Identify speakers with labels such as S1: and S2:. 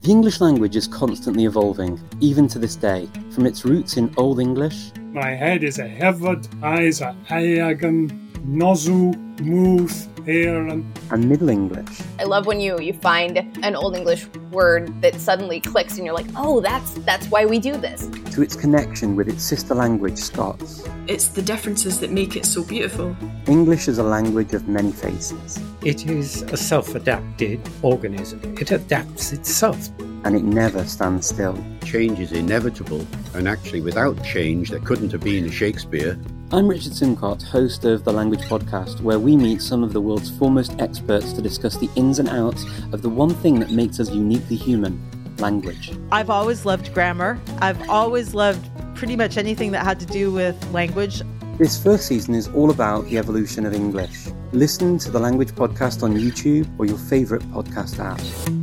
S1: The English language is constantly evolving, even to this day, from its roots in Old English.
S2: My head is a hevad, eyes are ayagan, nozu, mouth, earn.
S1: And Middle English.
S3: I love when you you find an old English word that suddenly clicks and you're like, "Oh, that's that's why we do this."
S1: to its connection with its sister language, Scots.
S4: It's the differences that make it so beautiful.
S1: English is a language of many faces,
S5: It is a self adapted organism, it adapts itself.
S1: and it never stands still.
S6: Change is inevitable, and actually, without change, there couldn't have been a Shakespeare.
S1: I'm Richard Simcott, host of the Language Podcast, where we meet some of the world's foremost experts to discuss the ins and outs of the one thing that makes us uniquely human language.
S7: I've always loved grammar. I've always loved pretty much anything that had to do with language.
S1: This first season is all about the evolution of English. Listen to the Language Podcast on YouTube or your favourite podcast app.